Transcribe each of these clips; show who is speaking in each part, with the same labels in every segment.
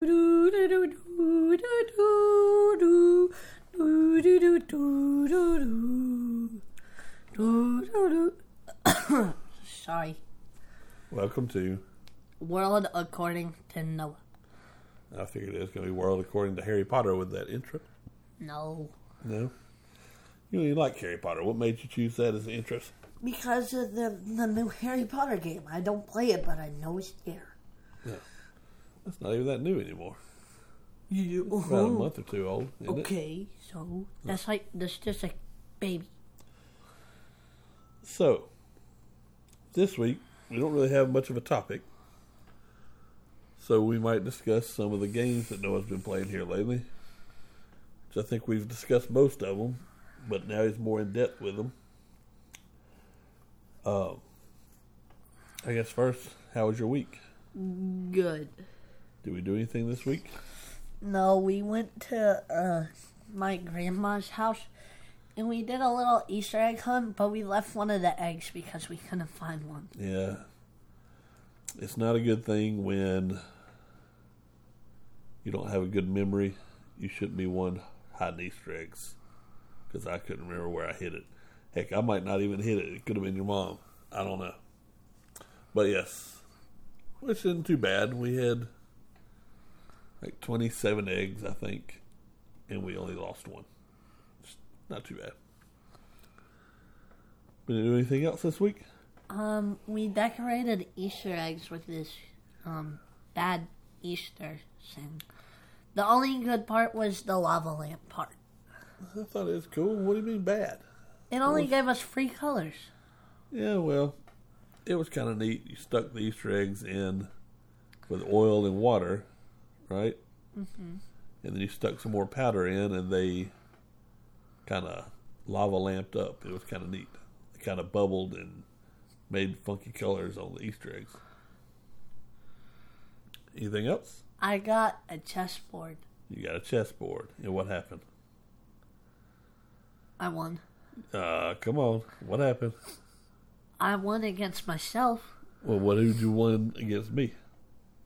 Speaker 1: Welcome to.
Speaker 2: World according to Noah.
Speaker 1: I figured it was going to be World According to Harry Potter with that intro.
Speaker 2: No.
Speaker 1: No? You don't even like Harry Potter. What made you choose that as an interest?
Speaker 2: Because of the, the new Harry Potter game. I don't play it, but I know it's there.
Speaker 1: That's not even that new anymore.
Speaker 2: You, uh-huh.
Speaker 1: About a month or two old. Isn't it?
Speaker 2: Okay, so that's like, that's just a baby.
Speaker 1: So, this week, we don't really have much of a topic. So, we might discuss some of the games that Noah's been playing here lately. Which I think we've discussed most of them, but now he's more in depth with them. Um, I guess first, how was your week?
Speaker 2: Good.
Speaker 1: Did we do anything this week?
Speaker 2: No, we went to uh, my grandma's house and we did a little Easter egg hunt, but we left one of the eggs because we couldn't find one.
Speaker 1: Yeah. It's not a good thing when you don't have a good memory. You shouldn't be one hiding Easter eggs. Because I couldn't remember where I hid it. Heck, I might not even hit it. It could have been your mom. I don't know. But yes, which isn't too bad. We had like 27 eggs, I think, and we only lost one. It's not too bad. Been to do anything else this week?
Speaker 2: Um, we decorated Easter eggs with this um bad Easter thing. The only good part was the lava lamp part.
Speaker 1: I thought it was cool. What do you mean bad?
Speaker 2: It only gave us three colors.
Speaker 1: Yeah, well, it was kind of neat. You stuck the Easter eggs in with oil and water, right? Mm-hmm. And then you stuck some more powder in, and they kind of lava lamped up. It was kind of neat. They kind of bubbled and made funky colors on the Easter eggs. Anything else?
Speaker 2: I got a chessboard.
Speaker 1: You got a chessboard. And what happened?
Speaker 2: I won.
Speaker 1: Uh, come on. What happened?
Speaker 2: I won against myself.
Speaker 1: Well, what did you win against me?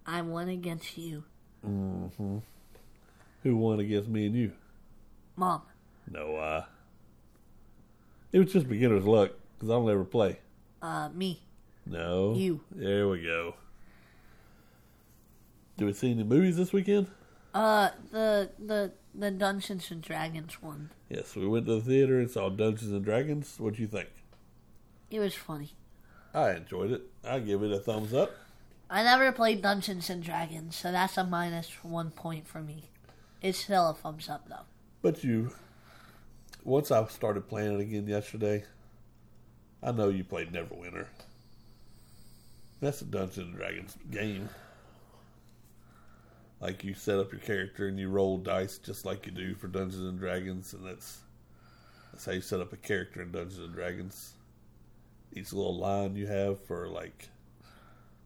Speaker 2: I won against you,
Speaker 1: Who won against me and you?
Speaker 2: Mom.
Speaker 1: No, uh, it was just beginner's luck because I'll never play.
Speaker 2: Uh, me.
Speaker 1: No,
Speaker 2: You.
Speaker 1: There we go. Do we see any movies this weekend?
Speaker 2: Uh, the the the Dungeons and Dragons one.
Speaker 1: Yes, we went to the theater and saw Dungeons and Dragons. What'd you think?
Speaker 2: It was funny.
Speaker 1: I enjoyed it. I give it a thumbs up.
Speaker 2: I never played Dungeons and Dragons, so that's a minus one point for me. It's still a thumbs up though.
Speaker 1: But you, once I started playing it again yesterday, I know you played Neverwinter. That's a Dungeons and Dragons game. Like you set up your character and you roll dice just like you do for Dungeons and Dragons, and that's that's how you set up a character in Dungeons and Dragons. Each little line you have for like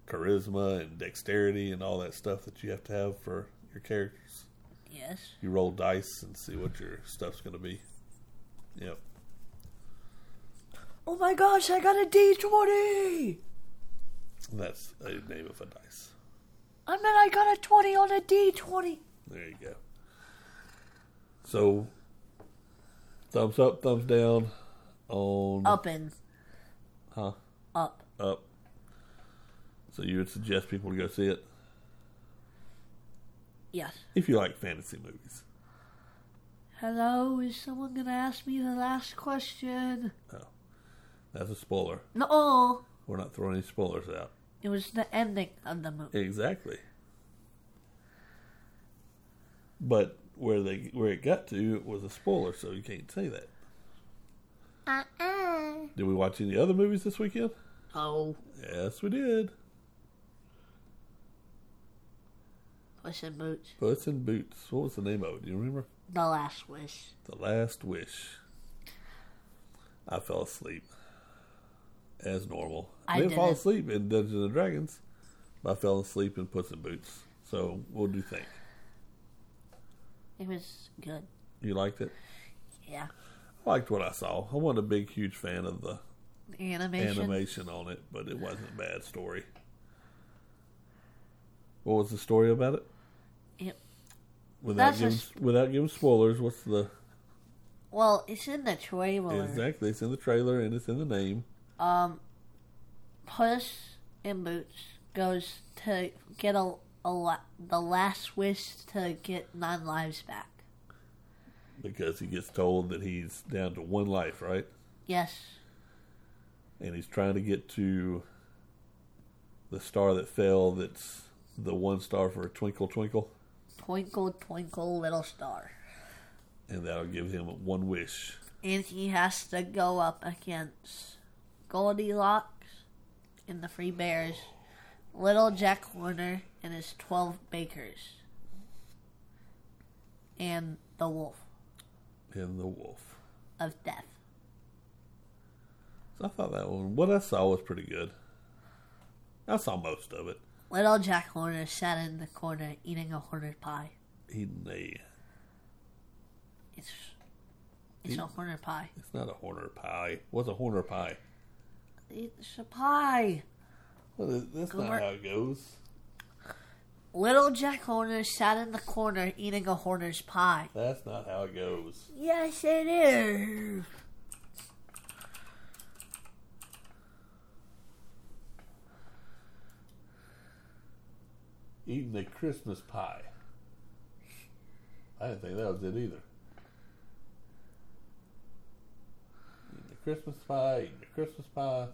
Speaker 1: charisma and dexterity and all that stuff that you have to have for your characters
Speaker 2: Yes.
Speaker 1: you roll dice and see what your stuff's going to be. Yep.
Speaker 2: Oh my gosh, I got a D20!
Speaker 1: That's a name of a dice.
Speaker 2: I mean, I got a 20 on a D20.
Speaker 1: There you go. So, thumbs up, thumbs down on
Speaker 2: Up and.
Speaker 1: Huh?
Speaker 2: Up.
Speaker 1: up. So, you would suggest people to go see it
Speaker 2: Yes.
Speaker 1: if you like fantasy movies.
Speaker 2: Hello, is someone gonna ask me the last question?
Speaker 1: Oh, That's a spoiler.
Speaker 2: No!
Speaker 1: We're not throwing any spoilers out.
Speaker 2: It was the ending of the movie.
Speaker 1: Exactly. But where they where it got to it was a spoiler, so you can't say that.
Speaker 2: Uh-uh.
Speaker 1: Did we watch any other movies this weekend?
Speaker 2: Oh,
Speaker 1: Yes, we did.
Speaker 2: Puss in Boots.
Speaker 1: Puss in Boots. What was the name of it? Do you remember?
Speaker 2: The Last Wish.
Speaker 1: The Last Wish. I fell asleep. As normal. I,
Speaker 2: I
Speaker 1: didn't fall
Speaker 2: didn't.
Speaker 1: asleep in Dungeons and Dragons. But I fell asleep in Puss in Boots. So what do you think?
Speaker 2: It was good.
Speaker 1: You liked it?
Speaker 2: Yeah.
Speaker 1: I liked what I saw. I wasn't a big huge fan of the
Speaker 2: Animation.
Speaker 1: animation on it, but it wasn't a bad story. What was the story about it?
Speaker 2: It- That's
Speaker 1: Without
Speaker 2: a
Speaker 1: giving,
Speaker 2: s-
Speaker 1: without giving spoilers, what's the
Speaker 2: well, it's in the trailer.
Speaker 1: Exactly. It's in the trailer and it's in the name.
Speaker 2: Um, Puss in Boots goes to get a, a la- the last wish to get nine lives back.
Speaker 1: because he gets told that he's down to one life, right?
Speaker 2: Yes.
Speaker 1: And he's trying to get to the star that fell. That's the one star for Twinkle Twinkle,
Speaker 2: Twinkle, twinkle, little star.
Speaker 1: and that'll give him one wish.
Speaker 2: And he has to go up against Goldilocks and the Free Bears, Little Jack Horner and his 12 bakers, and the Wolf
Speaker 1: And the wolf.
Speaker 2: of Death.
Speaker 1: So I thought that one. What I saw was pretty good. I saw most of it.
Speaker 2: Little Jack Horner sat in the corner eating a hornet pie.
Speaker 1: He nay,
Speaker 2: It's it's a hornet pie.
Speaker 1: it's not a horner pie. What's a horner pie?
Speaker 2: It's a pie.
Speaker 1: Well, th- that's
Speaker 2: Gor-
Speaker 1: not how it goes.
Speaker 2: Little Jack Horner sat in the corner eating a horner's pie.
Speaker 1: That's not how it goes.
Speaker 2: Yes, it is.
Speaker 1: Eating a Christmas pie. I didn't think that was it either. Eating a Christmas pie, eating a Christmas pie.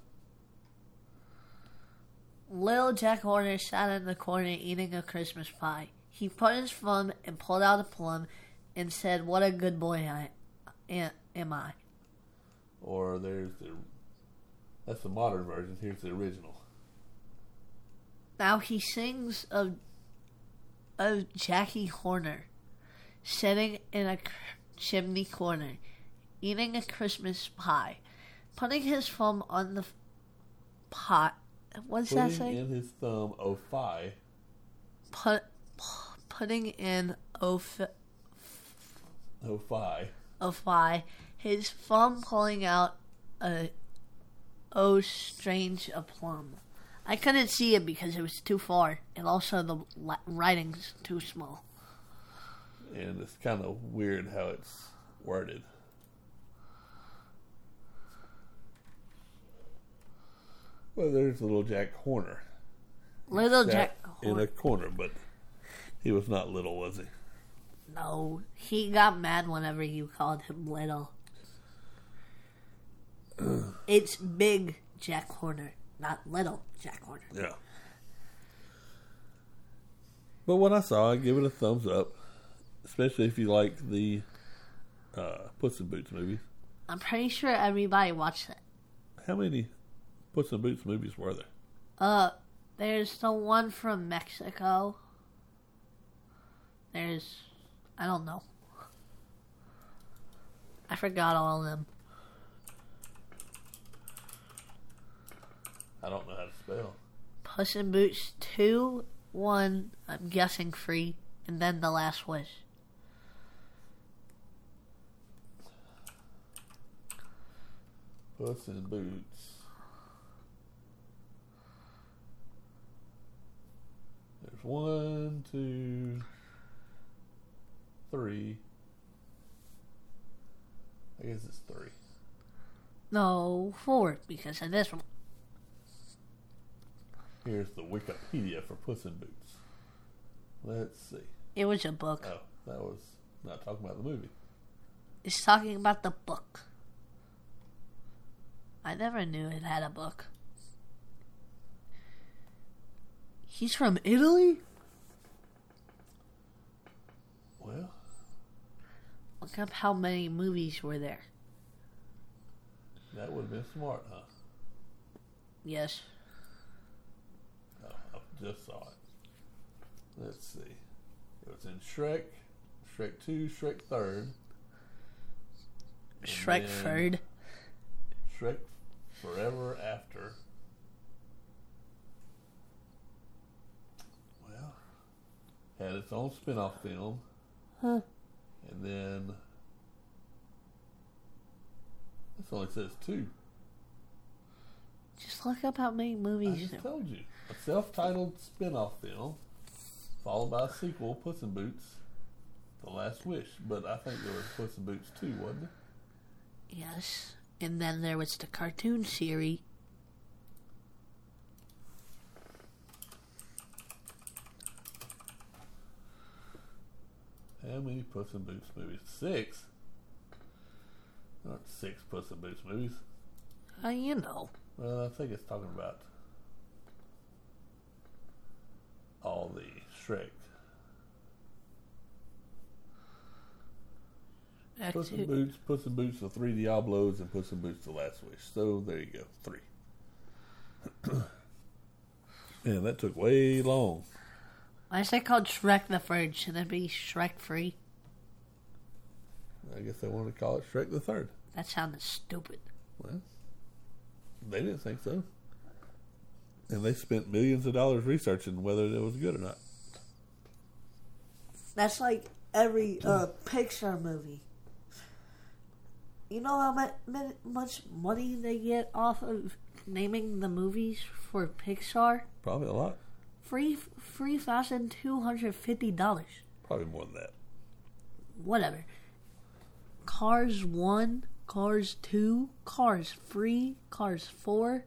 Speaker 2: Little Jack Horner sat in the corner eating a Christmas pie. He put his thumb and pulled out a plum and said, What a good boy I am, am I.
Speaker 1: Or there's the. That's the modern version. Here's the original.
Speaker 2: Now he sings of, of Jackie Horner sitting in a cr- chimney corner eating a Christmas pie, putting his thumb on the f- pot. What's that
Speaker 1: Putting
Speaker 2: say?
Speaker 1: in his thumb, oh, fi.
Speaker 2: Put, pu- putting in oh, f-
Speaker 1: Oh, fi.
Speaker 2: a fly, his thumb pulling out a oh strange a plum. I couldn't see it because it was too far, and also the li- writing's too small.
Speaker 1: and it's kind of weird how it's worded. Well, there's little Jack Horner.
Speaker 2: Little
Speaker 1: Sat
Speaker 2: Jack, oh,
Speaker 1: in a corner, but he was not little, was he?
Speaker 2: no, he got mad whenever you called him little. it's big Jack Horner, not little Jack Horner.
Speaker 1: Yeah. But what I saw, I give it a thumbs up, especially if you like the uh, Puss in Boots movies.
Speaker 2: I'm pretty sure everybody watched it.
Speaker 1: How many Puss in Boots movies were there?
Speaker 2: Uh, there's the one from Mexico. There's, I don't know. I forgot all of them.
Speaker 1: I don't know how to spell.
Speaker 2: Puss in Boots two, one. I'm guessing three, and then the last wish.
Speaker 1: Puss in Boots. There's one, two, three. I guess it's three.
Speaker 2: No, four because of this one.
Speaker 1: Here's the Wikipedia for Puss in Boots. Let's see.
Speaker 2: It was a book.
Speaker 1: Oh, that was not talking about the movie.
Speaker 2: It's talking about the book. I never knew it had a book. He's from Italy.
Speaker 1: Well,
Speaker 2: Look up how many movies were there.
Speaker 1: that would have been smart, huh?
Speaker 2: Yes.
Speaker 1: Oh, I just saw it. Let's see. It was in Shrek, Shrek 2, Shrek 3rd.
Speaker 2: Shrek
Speaker 1: then-
Speaker 2: Ferd.
Speaker 1: Shrek Forever After. Well, had its own spin off film.
Speaker 2: Huh.
Speaker 1: And then. This only says two.
Speaker 2: Just look up how many
Speaker 1: I
Speaker 2: movies
Speaker 1: just
Speaker 2: there
Speaker 1: told you. A self titled spin off film, followed by a sequel, Puss in Boots, The Last Wish. But I think there was Puss in Boots 2, wasn't there?
Speaker 2: Yes. And then there was the cartoon series.
Speaker 1: How many Puss in Boots movies? Six. Not six Puss in Boots movies.
Speaker 2: Uh, you know.
Speaker 1: Well, I think it's talking about all the Shrek.
Speaker 2: Back
Speaker 1: Puss in
Speaker 2: to-
Speaker 1: Boots, Puss in Boots, The Three Diablos, and Puss in Boots, The Last Wish. So there you go, three. Man, that took way long.
Speaker 2: Why is that called Shrek the Third? Should it be Shrek Free?
Speaker 1: I guess they wanted to call it Shrek the Third.
Speaker 2: That sounded stupid.
Speaker 1: Well, they didn't think so. And they spent millions of dollars researching whether it was good or not.
Speaker 2: That's like every uh, Pixar movie. You know how mu- min- much money they get off of naming the movies for Pixar?
Speaker 1: Probably a lot.
Speaker 2: Free three thousand two hundred fifty dollars.
Speaker 1: Probably more than that.
Speaker 2: Whatever. Cars one, Cars two, Cars three, Cars four.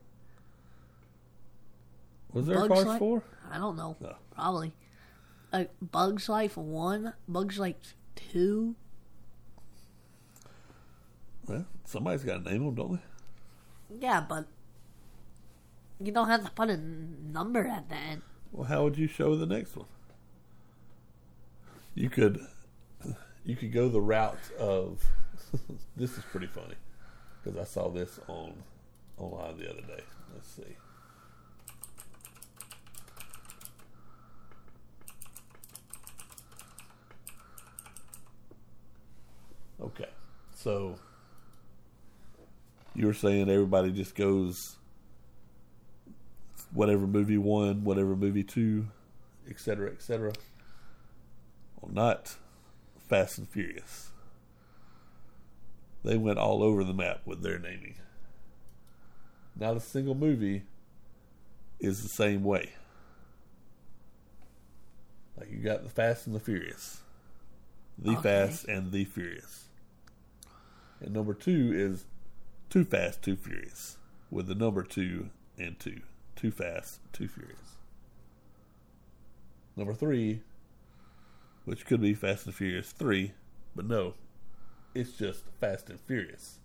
Speaker 1: Was there a
Speaker 2: Bugs
Speaker 1: Cars
Speaker 2: Life-
Speaker 1: 4?
Speaker 2: I don't know.
Speaker 1: No.
Speaker 2: Probably. Like Bugs Life one, Bugs Life two.
Speaker 1: Well, somebody's got to name them, don't they?
Speaker 2: Yeah, but you don't have to put a number at the end.
Speaker 1: Well, how would you show the next one? You could, you could go the route of. this is pretty funny, because I saw this on online the other day. Let's see. Okay, so you were saying everybody just goes whatever movie one, whatever movie two, et cetera, et cetera. Well, not Fast and Furious. They went all over the map with their naming. Not a single movie is the same way. Like you got the Fast and the Furious, the
Speaker 2: Okay.
Speaker 1: Fast and the Furious, and number two is Too Fast, Too Furious, with the number two and two. Too Fast, Too Furious. Number three, which could be Fast and Furious 3, but no, it's just Fast and Furious.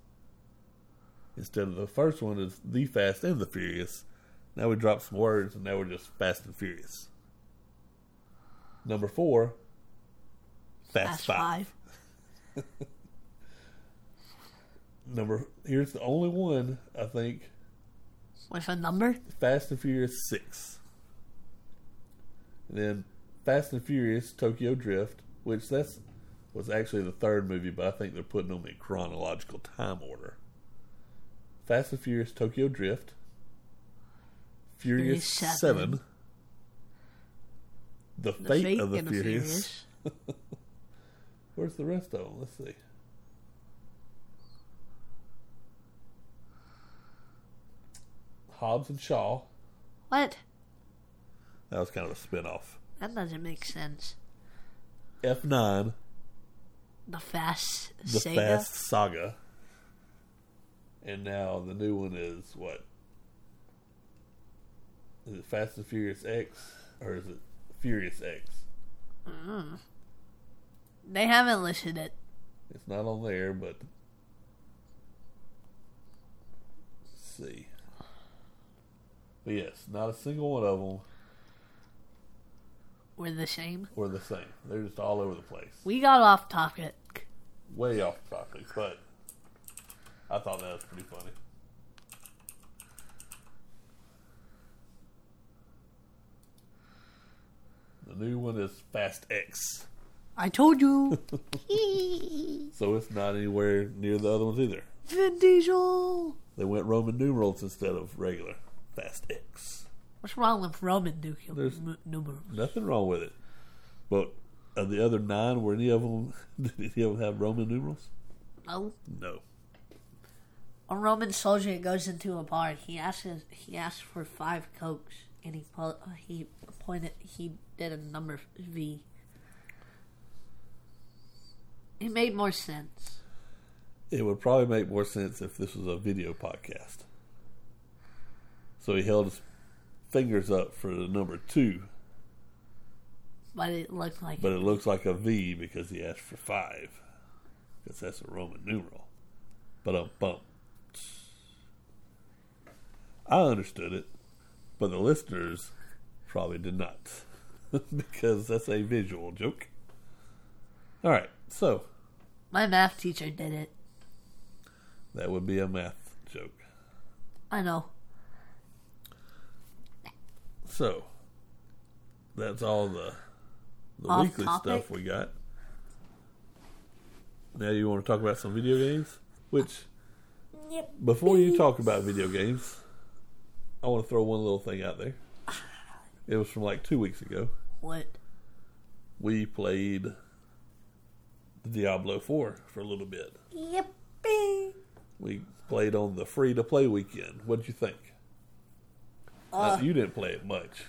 Speaker 1: Instead of the first one is The Fast and the Furious. Now we drop some words and now we're just Fast and Furious. Number four,
Speaker 2: That's
Speaker 1: Fast, five. Number here's the only one I think
Speaker 2: With a number?
Speaker 1: Fast and Furious six, and then Fast and Furious Tokyo Drift, which that's was actually the third movie, but I think they're putting them in chronological time order. Fast and Furious Tokyo Drift, Furious
Speaker 2: Furious Seven.
Speaker 1: Seven, The
Speaker 2: The
Speaker 1: Fate of the
Speaker 2: and
Speaker 1: Furious. Where's the rest of them? Let's see. Hobbs and Shaw.
Speaker 2: What?
Speaker 1: That was kind of a spin off.
Speaker 2: That doesn't make sense.
Speaker 1: F9,
Speaker 2: The Fast
Speaker 1: The
Speaker 2: Sega?
Speaker 1: Fast Saga. And now the new one is what? Is it Fast and Furious X? Or is it Furious X?
Speaker 2: Hmm. They haven't listed it.
Speaker 1: It's not on there, but. Let's see. But yes, not a single one of them
Speaker 2: We're the same.
Speaker 1: were the same. They're just all over the place.
Speaker 2: We got off topic.
Speaker 1: Way off topic, but I thought that was pretty funny. The new one is Fast X,
Speaker 2: I told you.
Speaker 1: so it's not anywhere near the other ones either.
Speaker 2: Vin Diesel.
Speaker 1: They went Roman numerals instead of regular Fast X.
Speaker 2: What's wrong with Roman nuclear
Speaker 1: There's-
Speaker 2: m- numerals?
Speaker 1: Nothing wrong with it, but of the other nine, were any of them? Did any of them have Roman numerals?
Speaker 2: No.
Speaker 1: No.
Speaker 2: A Roman soldier goes into a bar. He asks he asks for five cokes, and he po- uh, he pointed he did a number V. It made more sense.
Speaker 1: It would probably make more sense if this was a video podcast. So he held his fingers up for the number two
Speaker 2: but it looked like
Speaker 1: But it looks like a V because he asked for five. Because that's a Roman numeral. But um bump. I understood it, but the listeners probably did not. because that's a visual joke. Alright, so
Speaker 2: my math teacher did it.
Speaker 1: that would be a math joke.
Speaker 2: I know.
Speaker 1: So that's all the the
Speaker 2: Off
Speaker 1: weekly
Speaker 2: topic?
Speaker 1: stuff we got. Now you want to talk about some video games? Which
Speaker 2: Yep.
Speaker 1: before you talk about video games, I want to throw one little thing out there. It was from like two weeks ago.
Speaker 2: What?
Speaker 1: We played Diablo Four for a little bit.
Speaker 2: Yippee.
Speaker 1: We played on the free to play weekend. What'd you think? Uh, you didn't play it much.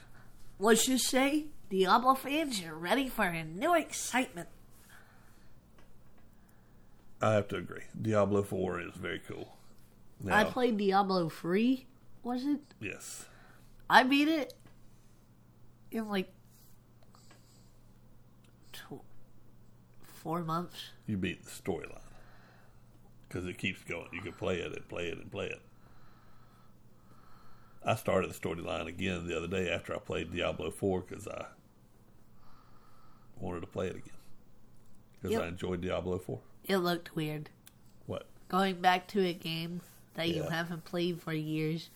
Speaker 2: Let's just say, Diablo fans, you're ready for a new excitement.
Speaker 1: I have to agree. Diablo Four is very cool.
Speaker 2: I
Speaker 1: Now-
Speaker 2: played Diablo 3, was it?
Speaker 1: Yes.
Speaker 2: I beat it in like tw- four months.
Speaker 1: you beat the storyline because it keeps going. You can play it and play it and play it. I started the storyline again the other day after I played Diablo Four because I wanted to play it again because
Speaker 2: Yep.
Speaker 1: I enjoyed Diablo Four.
Speaker 2: It looked weird.
Speaker 1: What?
Speaker 2: Going back to a game that you
Speaker 1: Yeah.
Speaker 2: haven't played for years,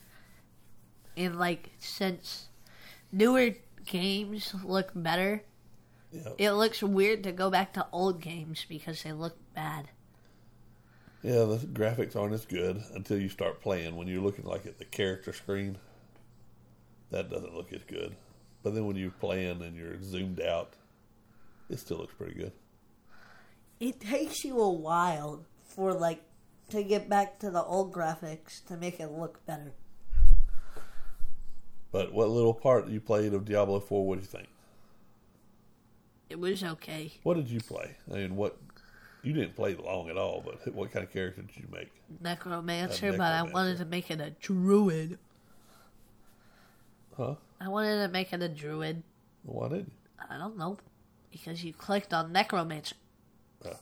Speaker 2: and like since newer games look better,
Speaker 1: Yeah.
Speaker 2: it looks weird to go back to old games because they look bad.
Speaker 1: Yeah, the graphics aren't as good until you start playing. When you're looking like at the character screen, that doesn't look as good. But then when you're playing and you're zoomed out, it still looks pretty good.
Speaker 2: It takes you a while for like to get back to the old graphics to make it look better.
Speaker 1: But what little part you played of Diablo Four? What do you think?
Speaker 2: It was okay.
Speaker 1: What did you play? I mean, what you didn't play long at all, but what kind of character did you make?
Speaker 2: necromancer,
Speaker 1: A
Speaker 2: but I
Speaker 1: necromancer.
Speaker 2: wanted to make it a druid.
Speaker 1: Huh?
Speaker 2: I wanted to make it a druid.
Speaker 1: Why didn't? you?
Speaker 2: I don't know. Because you clicked on necromancer.
Speaker 1: Oh.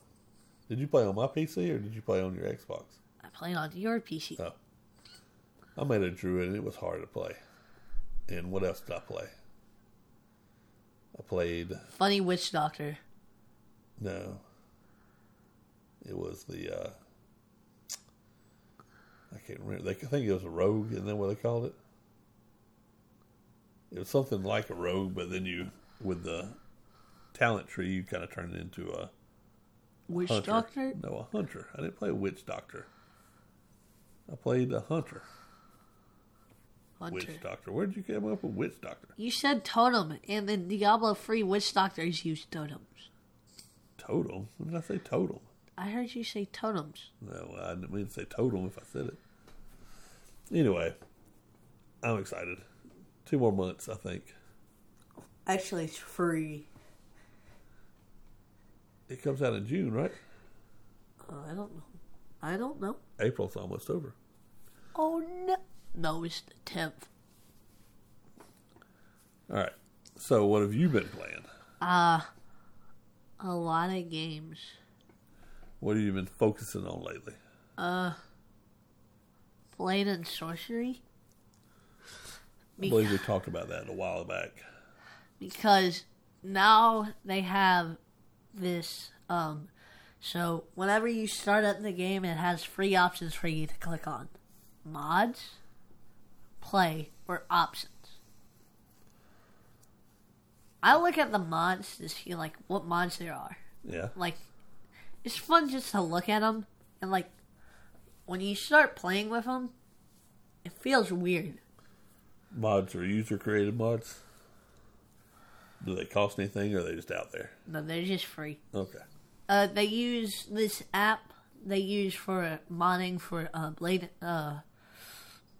Speaker 1: Did you play on my PC or did you play on your Xbox?
Speaker 2: I played on your PC.
Speaker 1: Oh. I made a druid and it was hard to play. And what else did I play? I played
Speaker 2: Funny witch doctor.
Speaker 1: no. It was the uh I can't remember. They I think it was a rogue, and then what they called it. It was something like a rogue, but then you with the talent tree, you kind of turned it into a
Speaker 2: Witch
Speaker 1: hunter.
Speaker 2: doctor?
Speaker 1: No, a hunter. I didn't play a witch doctor. I played a hunter.
Speaker 2: Hunter.
Speaker 1: Witch doctor. Where did you come up with witch doctor?
Speaker 2: You said totem, and in Diablo 3, witch doctors use totems.
Speaker 1: Totem. When did I say totem?
Speaker 2: I heard you say totems.
Speaker 1: No, I didn't mean to say totem if I said it. Anyway, I'm excited. Two more months, I think.
Speaker 2: Actually, it's free.
Speaker 1: It comes out in June, right?
Speaker 2: Oh, I don't know. I don't know.
Speaker 1: April's almost over.
Speaker 2: Oh, no. No, it's the 10th.
Speaker 1: All right. So, what have you been playing?
Speaker 2: A lot of games.
Speaker 1: What have you been focusing on lately?
Speaker 2: Blade and sorcery.
Speaker 1: I believe we talked about that a while back.
Speaker 2: because now they have this um so whenever you start up the game it has three options for you to click on mods play or options i look at the mods to see like what mods there are
Speaker 1: Yeah.
Speaker 2: like it's fun just to look at them and like when you start playing with them it feels weird
Speaker 1: Mods or user created mods? Do they cost anything or are they just out there?
Speaker 2: no they're just free
Speaker 1: Okay.
Speaker 2: Uh, they use this app they use for modding for uh, Blade uh,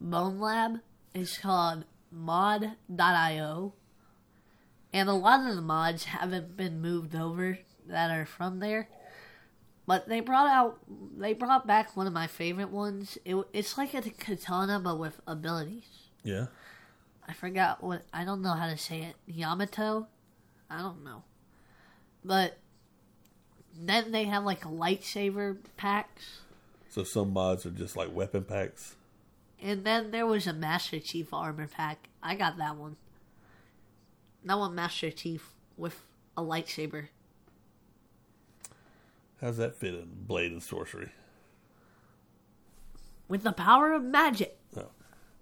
Speaker 2: Bone Lab. It's called mod.io. And a lot of the mods haven't been moved over that are from there. But they brought out, they brought back one of my favorite ones. It, it's like a katana, but with abilities.
Speaker 1: Yeah.
Speaker 2: I forgot what, I don't know how to say it. Yamato? I don't know. But then they have like lightsaber packs.
Speaker 1: So some mods are just like weapon packs.
Speaker 2: And then there was a Master Chief armor pack. I got that one. That one Master Chief with a lightsaber.
Speaker 1: How's that fit in Blade and Sorcery?
Speaker 2: With the power of magic.
Speaker 1: Oh.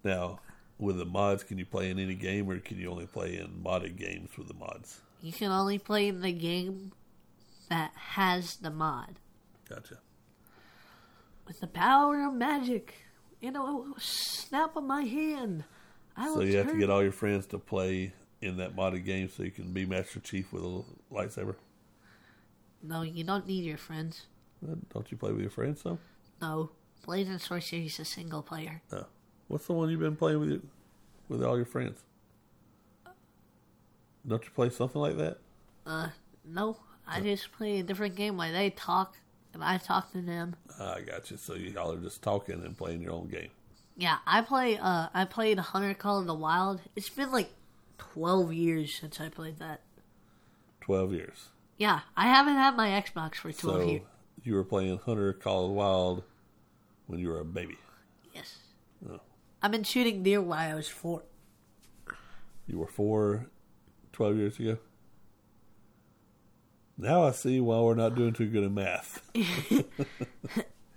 Speaker 1: Now, with the mods, can you play in any game or can you only play in modded games with the mods?
Speaker 2: You can only play in the game that has the mod.
Speaker 1: Gotcha.
Speaker 2: With the power of magic. You know, snap of my hand. I
Speaker 1: So
Speaker 2: will
Speaker 1: you have to
Speaker 2: turn-
Speaker 1: get all your friends to play in that modded game so you can be Master Chief with a l- lightsaber.
Speaker 2: No, you don't need your friends.
Speaker 1: Uh, Don't you play with your friends though?
Speaker 2: No. Blade and Sorcery is a single player.
Speaker 1: No. What's the one you've been playing with your, with all your friends? Don't you play something like that?
Speaker 2: Uh, no. I just play a different game where they talk and I talk to them.
Speaker 1: I got you. So y'all are just talking and playing your own game.
Speaker 2: Yeah, I play. Uh, I played Hunter Call of the Wild. It's been like twelve years since I played that.
Speaker 1: Twelve years.
Speaker 2: Yeah, I haven't had my Xbox for twelve
Speaker 1: So
Speaker 2: years.
Speaker 1: you were playing Hunter Call of the Wild when you were a baby.
Speaker 2: Yes, I've been shooting deer when I was four.
Speaker 1: You were four, 12 years ago. Now I see why we're not doing too good in math.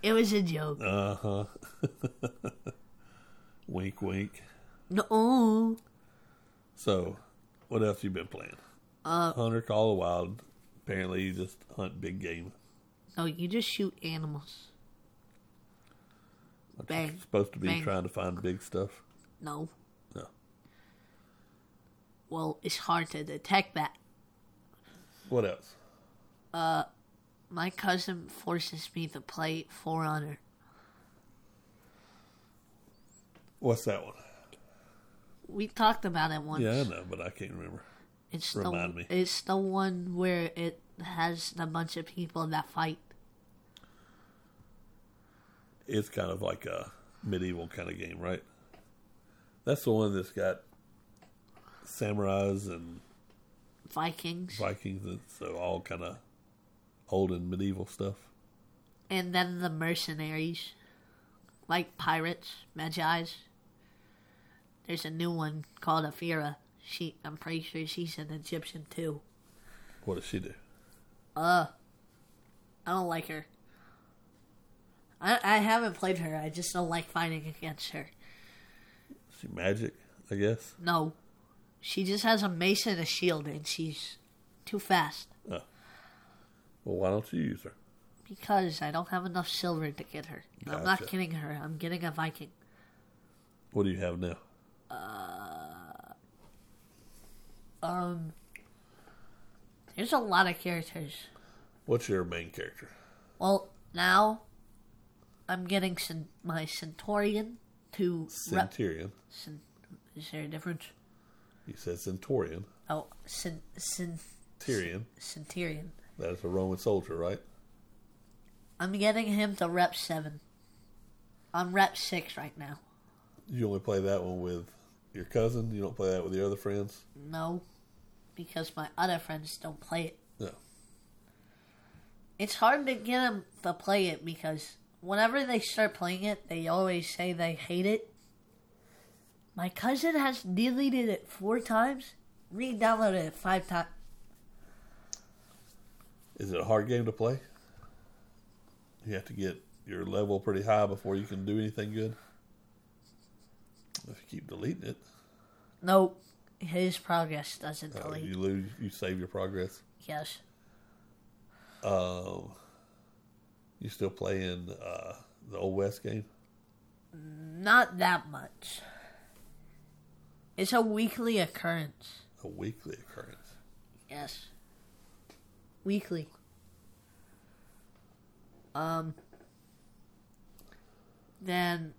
Speaker 2: It was a joke.
Speaker 1: Uh huh. wink, wink.
Speaker 2: No,
Speaker 1: So, what else you been playing?
Speaker 2: Uh,
Speaker 1: Hunter Call of the Wild. Apparently, you just hunt big game.
Speaker 2: no, you just shoot animals.
Speaker 1: Like you're
Speaker 2: Bang.
Speaker 1: supposed to be
Speaker 2: Bang.
Speaker 1: trying to find big stuff.
Speaker 2: No,
Speaker 1: No.
Speaker 2: well, it's hard to detect that.
Speaker 1: What else?
Speaker 2: My cousin forces me to play For Honor.
Speaker 1: What's that one?
Speaker 2: We talked about it once.
Speaker 1: Yeah, I know, but I can't remember.
Speaker 2: it's
Speaker 1: remind
Speaker 2: the
Speaker 1: me.
Speaker 2: it's the one where it has a bunch of people that fight.
Speaker 1: It's kind of like a medieval kind of game, right? That's the one that's got samurais and
Speaker 2: Vikings.
Speaker 1: Vikings, and so all kind of old and medieval stuff.
Speaker 2: And then the mercenaries, like pirates, magi's. There's a new one called Afira. She, I'm pretty sure she's an Egyptian too.
Speaker 1: What does she do?
Speaker 2: I don't like her. I, I haven't played her. I just don't like fighting against her.
Speaker 1: She magic, I guess.
Speaker 2: No, she just has a mace and a shield, and she's too fast
Speaker 1: Well, why don't you use her?
Speaker 2: because I don't have enough silver to get her. And I'm not
Speaker 1: Gotcha.
Speaker 2: getting her. I'm getting a Viking.
Speaker 1: What do you have now?
Speaker 2: Um, There's a lot of characters.
Speaker 1: What's your main character?
Speaker 2: Well, now I'm getting cen- my Centaurian to rep-
Speaker 1: Centurion.
Speaker 2: cen- is there a difference?
Speaker 1: You said Centurion.
Speaker 2: Oh, cen- cen-
Speaker 1: Tyrion.
Speaker 2: Centurion.
Speaker 1: That is a Roman soldier, right?
Speaker 2: I'm getting him to rep seven. I'm rep six right now.
Speaker 1: You only play that one with your cousin. You don't play that with your other friends.
Speaker 2: No, because my other friends don't play it.
Speaker 1: No.
Speaker 2: It's hard to get them to play it because whenever they start playing it, they always say they hate it. My cousin has deleted it four times, re-downloaded it five times.
Speaker 1: Is it a hard game to play? You have to get your level pretty high before you can do anything good. If you keep deleting it,
Speaker 2: Nope. His progress doesn't
Speaker 1: uh,
Speaker 2: delete.
Speaker 1: you lose. You save your progress.
Speaker 2: Yes.
Speaker 1: Um, you still playing uh, the old west game?
Speaker 2: Not that much. It's a weekly occurrence.
Speaker 1: A weekly occurrence.
Speaker 2: Yes. Weekly. Um. Then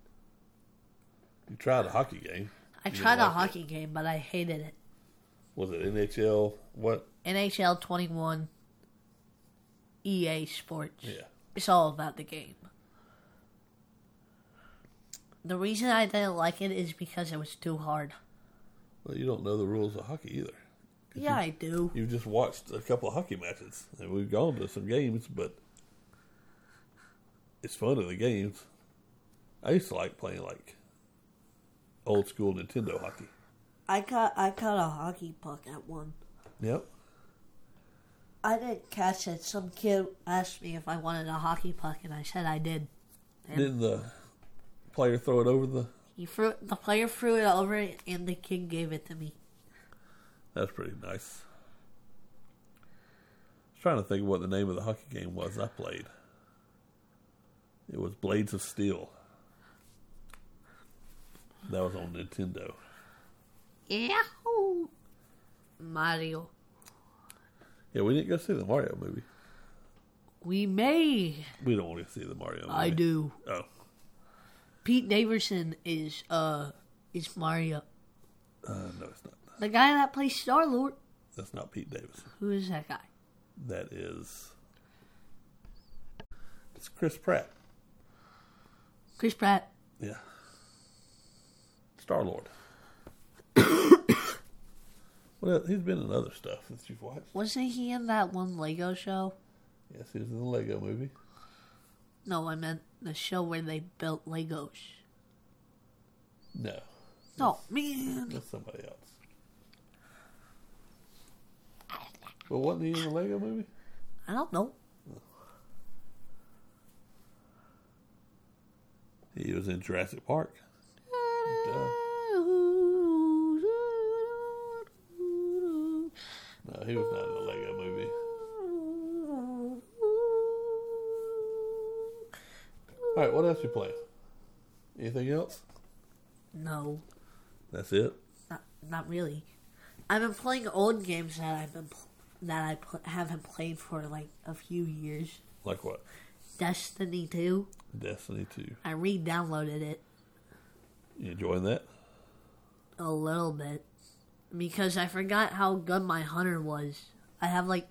Speaker 1: You tried a hockey game.
Speaker 2: I
Speaker 1: You didn't
Speaker 2: tried a
Speaker 1: like it.
Speaker 2: hockey game, but I hated it.
Speaker 1: Was it NHL? What?
Speaker 2: NHL 21, EA E Sports.
Speaker 1: Yeah.
Speaker 2: It's all about the game. The reason I didn't like it is because it was too hard.
Speaker 1: Well, you don't know the rules of hockey either.
Speaker 2: Yeah, I do.
Speaker 1: You've just watched a couple of hockey matches, and we've gone to some games, but it's fun in the games. I used to like playing like old school Nintendo hockey.
Speaker 2: I caught I caught a hockey puck at one.
Speaker 1: Yep.
Speaker 2: I didn't catch it. Some kid asked me if I wanted a hockey puck, and I said I did. And
Speaker 1: Didn't the player throw it over the?
Speaker 2: he threw the player threw it over, and the kid gave it to me.
Speaker 1: That's pretty nice. I was trying to think of what the name of the hockey game was I played. It was Blades of Steel. That was on Nintendo.
Speaker 2: Yahoo! Mario,
Speaker 1: Yeah, we didn't go see the Mario movie.
Speaker 2: we may.
Speaker 1: We don't want to see the Mario movie.
Speaker 2: I do.
Speaker 1: Oh,
Speaker 2: Pete Davidson is uh is Mario,
Speaker 1: uh, no, it's not.
Speaker 2: the guy that plays Star Lord.
Speaker 1: That's not Pete Davidson.
Speaker 2: Who is that guy?
Speaker 1: That is. It's Chris Pratt.
Speaker 2: Chris Pratt.
Speaker 1: Yeah. Star Lord. well, he's been in other stuff that you've watched.
Speaker 2: Wasn't he in that one Lego show?
Speaker 1: Yes, he was in the Lego movie.
Speaker 2: No, I meant the show where they built Legos.
Speaker 1: No,
Speaker 2: Oh man,
Speaker 1: that's somebody else. But wasn't he in the Lego movie?
Speaker 2: I don't know.
Speaker 1: He was in Jurassic Park. Duh. No, he was not in the Lego movie. All right, what else you playing? Anything else?
Speaker 2: No,
Speaker 1: That's it.
Speaker 2: not not really. I've been playing old games that I've been pl- that I pl- haven't played for like a few years.
Speaker 1: Like what?
Speaker 2: Destiny two.
Speaker 1: Destiny 2.
Speaker 2: I re-downloaded it
Speaker 1: You enjoying that?
Speaker 2: a little bit because I forgot how good my hunter was. I have like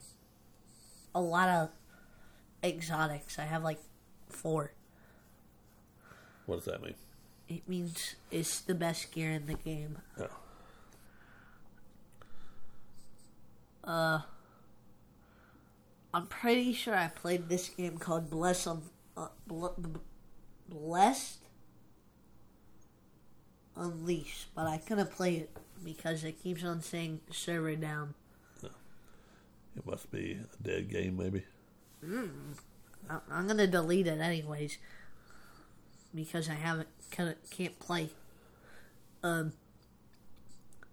Speaker 2: a lot of exotics. I have like four.
Speaker 1: What does that mean?
Speaker 2: It means it's the best gear in the game.
Speaker 1: Oh.
Speaker 2: I'm pretty sure I played this game called Bless Un- uh, Bl- B- Blessed Unleashed, but I couldn't play it because it keeps on saying server down.
Speaker 1: It must be a dead game, maybe.
Speaker 2: I- I'm gonna delete it anyways because I haven't can't, can't play. Um,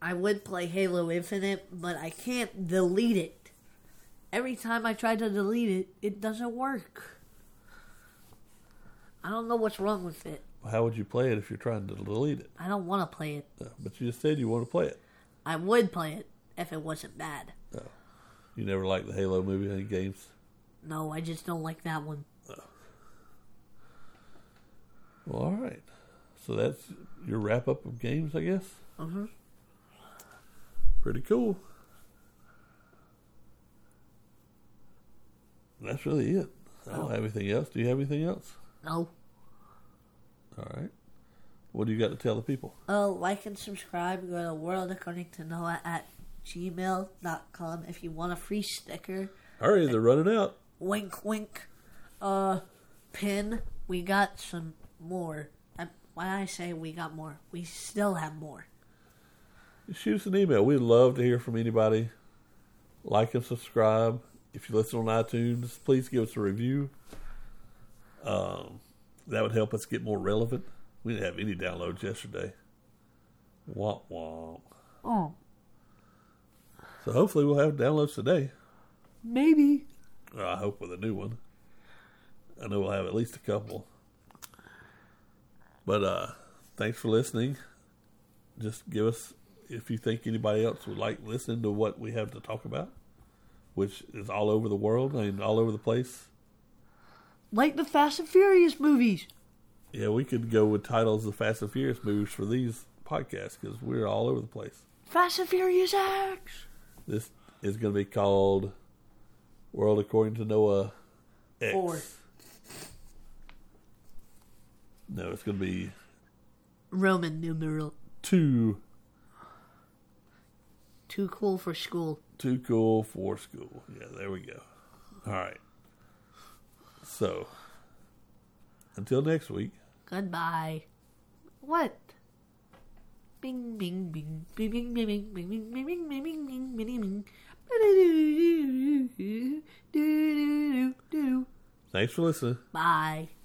Speaker 2: I would play Halo Infinite, but I can't delete it. Every time I try to delete it, it doesn't work. I don't know what's wrong with it.
Speaker 1: Well, How would you play it if you're trying to delete it?
Speaker 2: I don't want to play it.
Speaker 1: Uh, But you just said you want to play it.
Speaker 2: I would play it if it wasn't bad.
Speaker 1: You never liked the Halo movie and games.
Speaker 2: No, I just don't like that one.
Speaker 1: Well, all right. So that's your wrap up of games, I guess.
Speaker 2: Mhm.
Speaker 1: Pretty cool. That's really it. I don't have anything else. Do you have anything else?
Speaker 2: No.
Speaker 1: All right. What do you got to tell the people?
Speaker 2: Oh, like and subscribe. Go to World According to Noah at gmail.com if you want a free sticker.
Speaker 1: Hurry, they're running out.
Speaker 2: Wink, wink. Uh, pin. We got some more. I, when I say we got more, we still have more.
Speaker 1: shoot us an email. We'd love to hear from anybody. Like and subscribe. If you listen on iTunes, please give us a review. Um, that would help us get more relevant. We didn't have any downloads yesterday. Womp womp.
Speaker 2: Oh,
Speaker 1: So hopefully we'll have downloads today.
Speaker 2: maybe.
Speaker 1: Or I hope with a new one. I know we'll have at least a couple. But uh thanks for listening. Just give us if you think anybody else would like listening to what we have to talk about, which is all over the world, I mean all over the place.
Speaker 2: Like the Fast and Furious movies.
Speaker 1: Yeah, we could go with titles of Fast and Furious movies for these podcasts because we're all over the place.
Speaker 2: Fast and Furious X.
Speaker 1: This is going to be called World According to Noah X.
Speaker 2: Four.
Speaker 1: No, it's going to be
Speaker 2: Roman numeral.
Speaker 1: two
Speaker 2: Too cool for school.
Speaker 1: Too cool for school. Yeah, there we go. All right. So, until next week,
Speaker 2: Goodbye. What? Bing, bing, bing, bing, bing, bing, bing, bing, bing, bing, bing, bing, bing, bing, bing, bing. Ba-da-doo-doo-doo-doo-doo-doo-doo-doo.
Speaker 1: thanks for listening.
Speaker 2: Bye.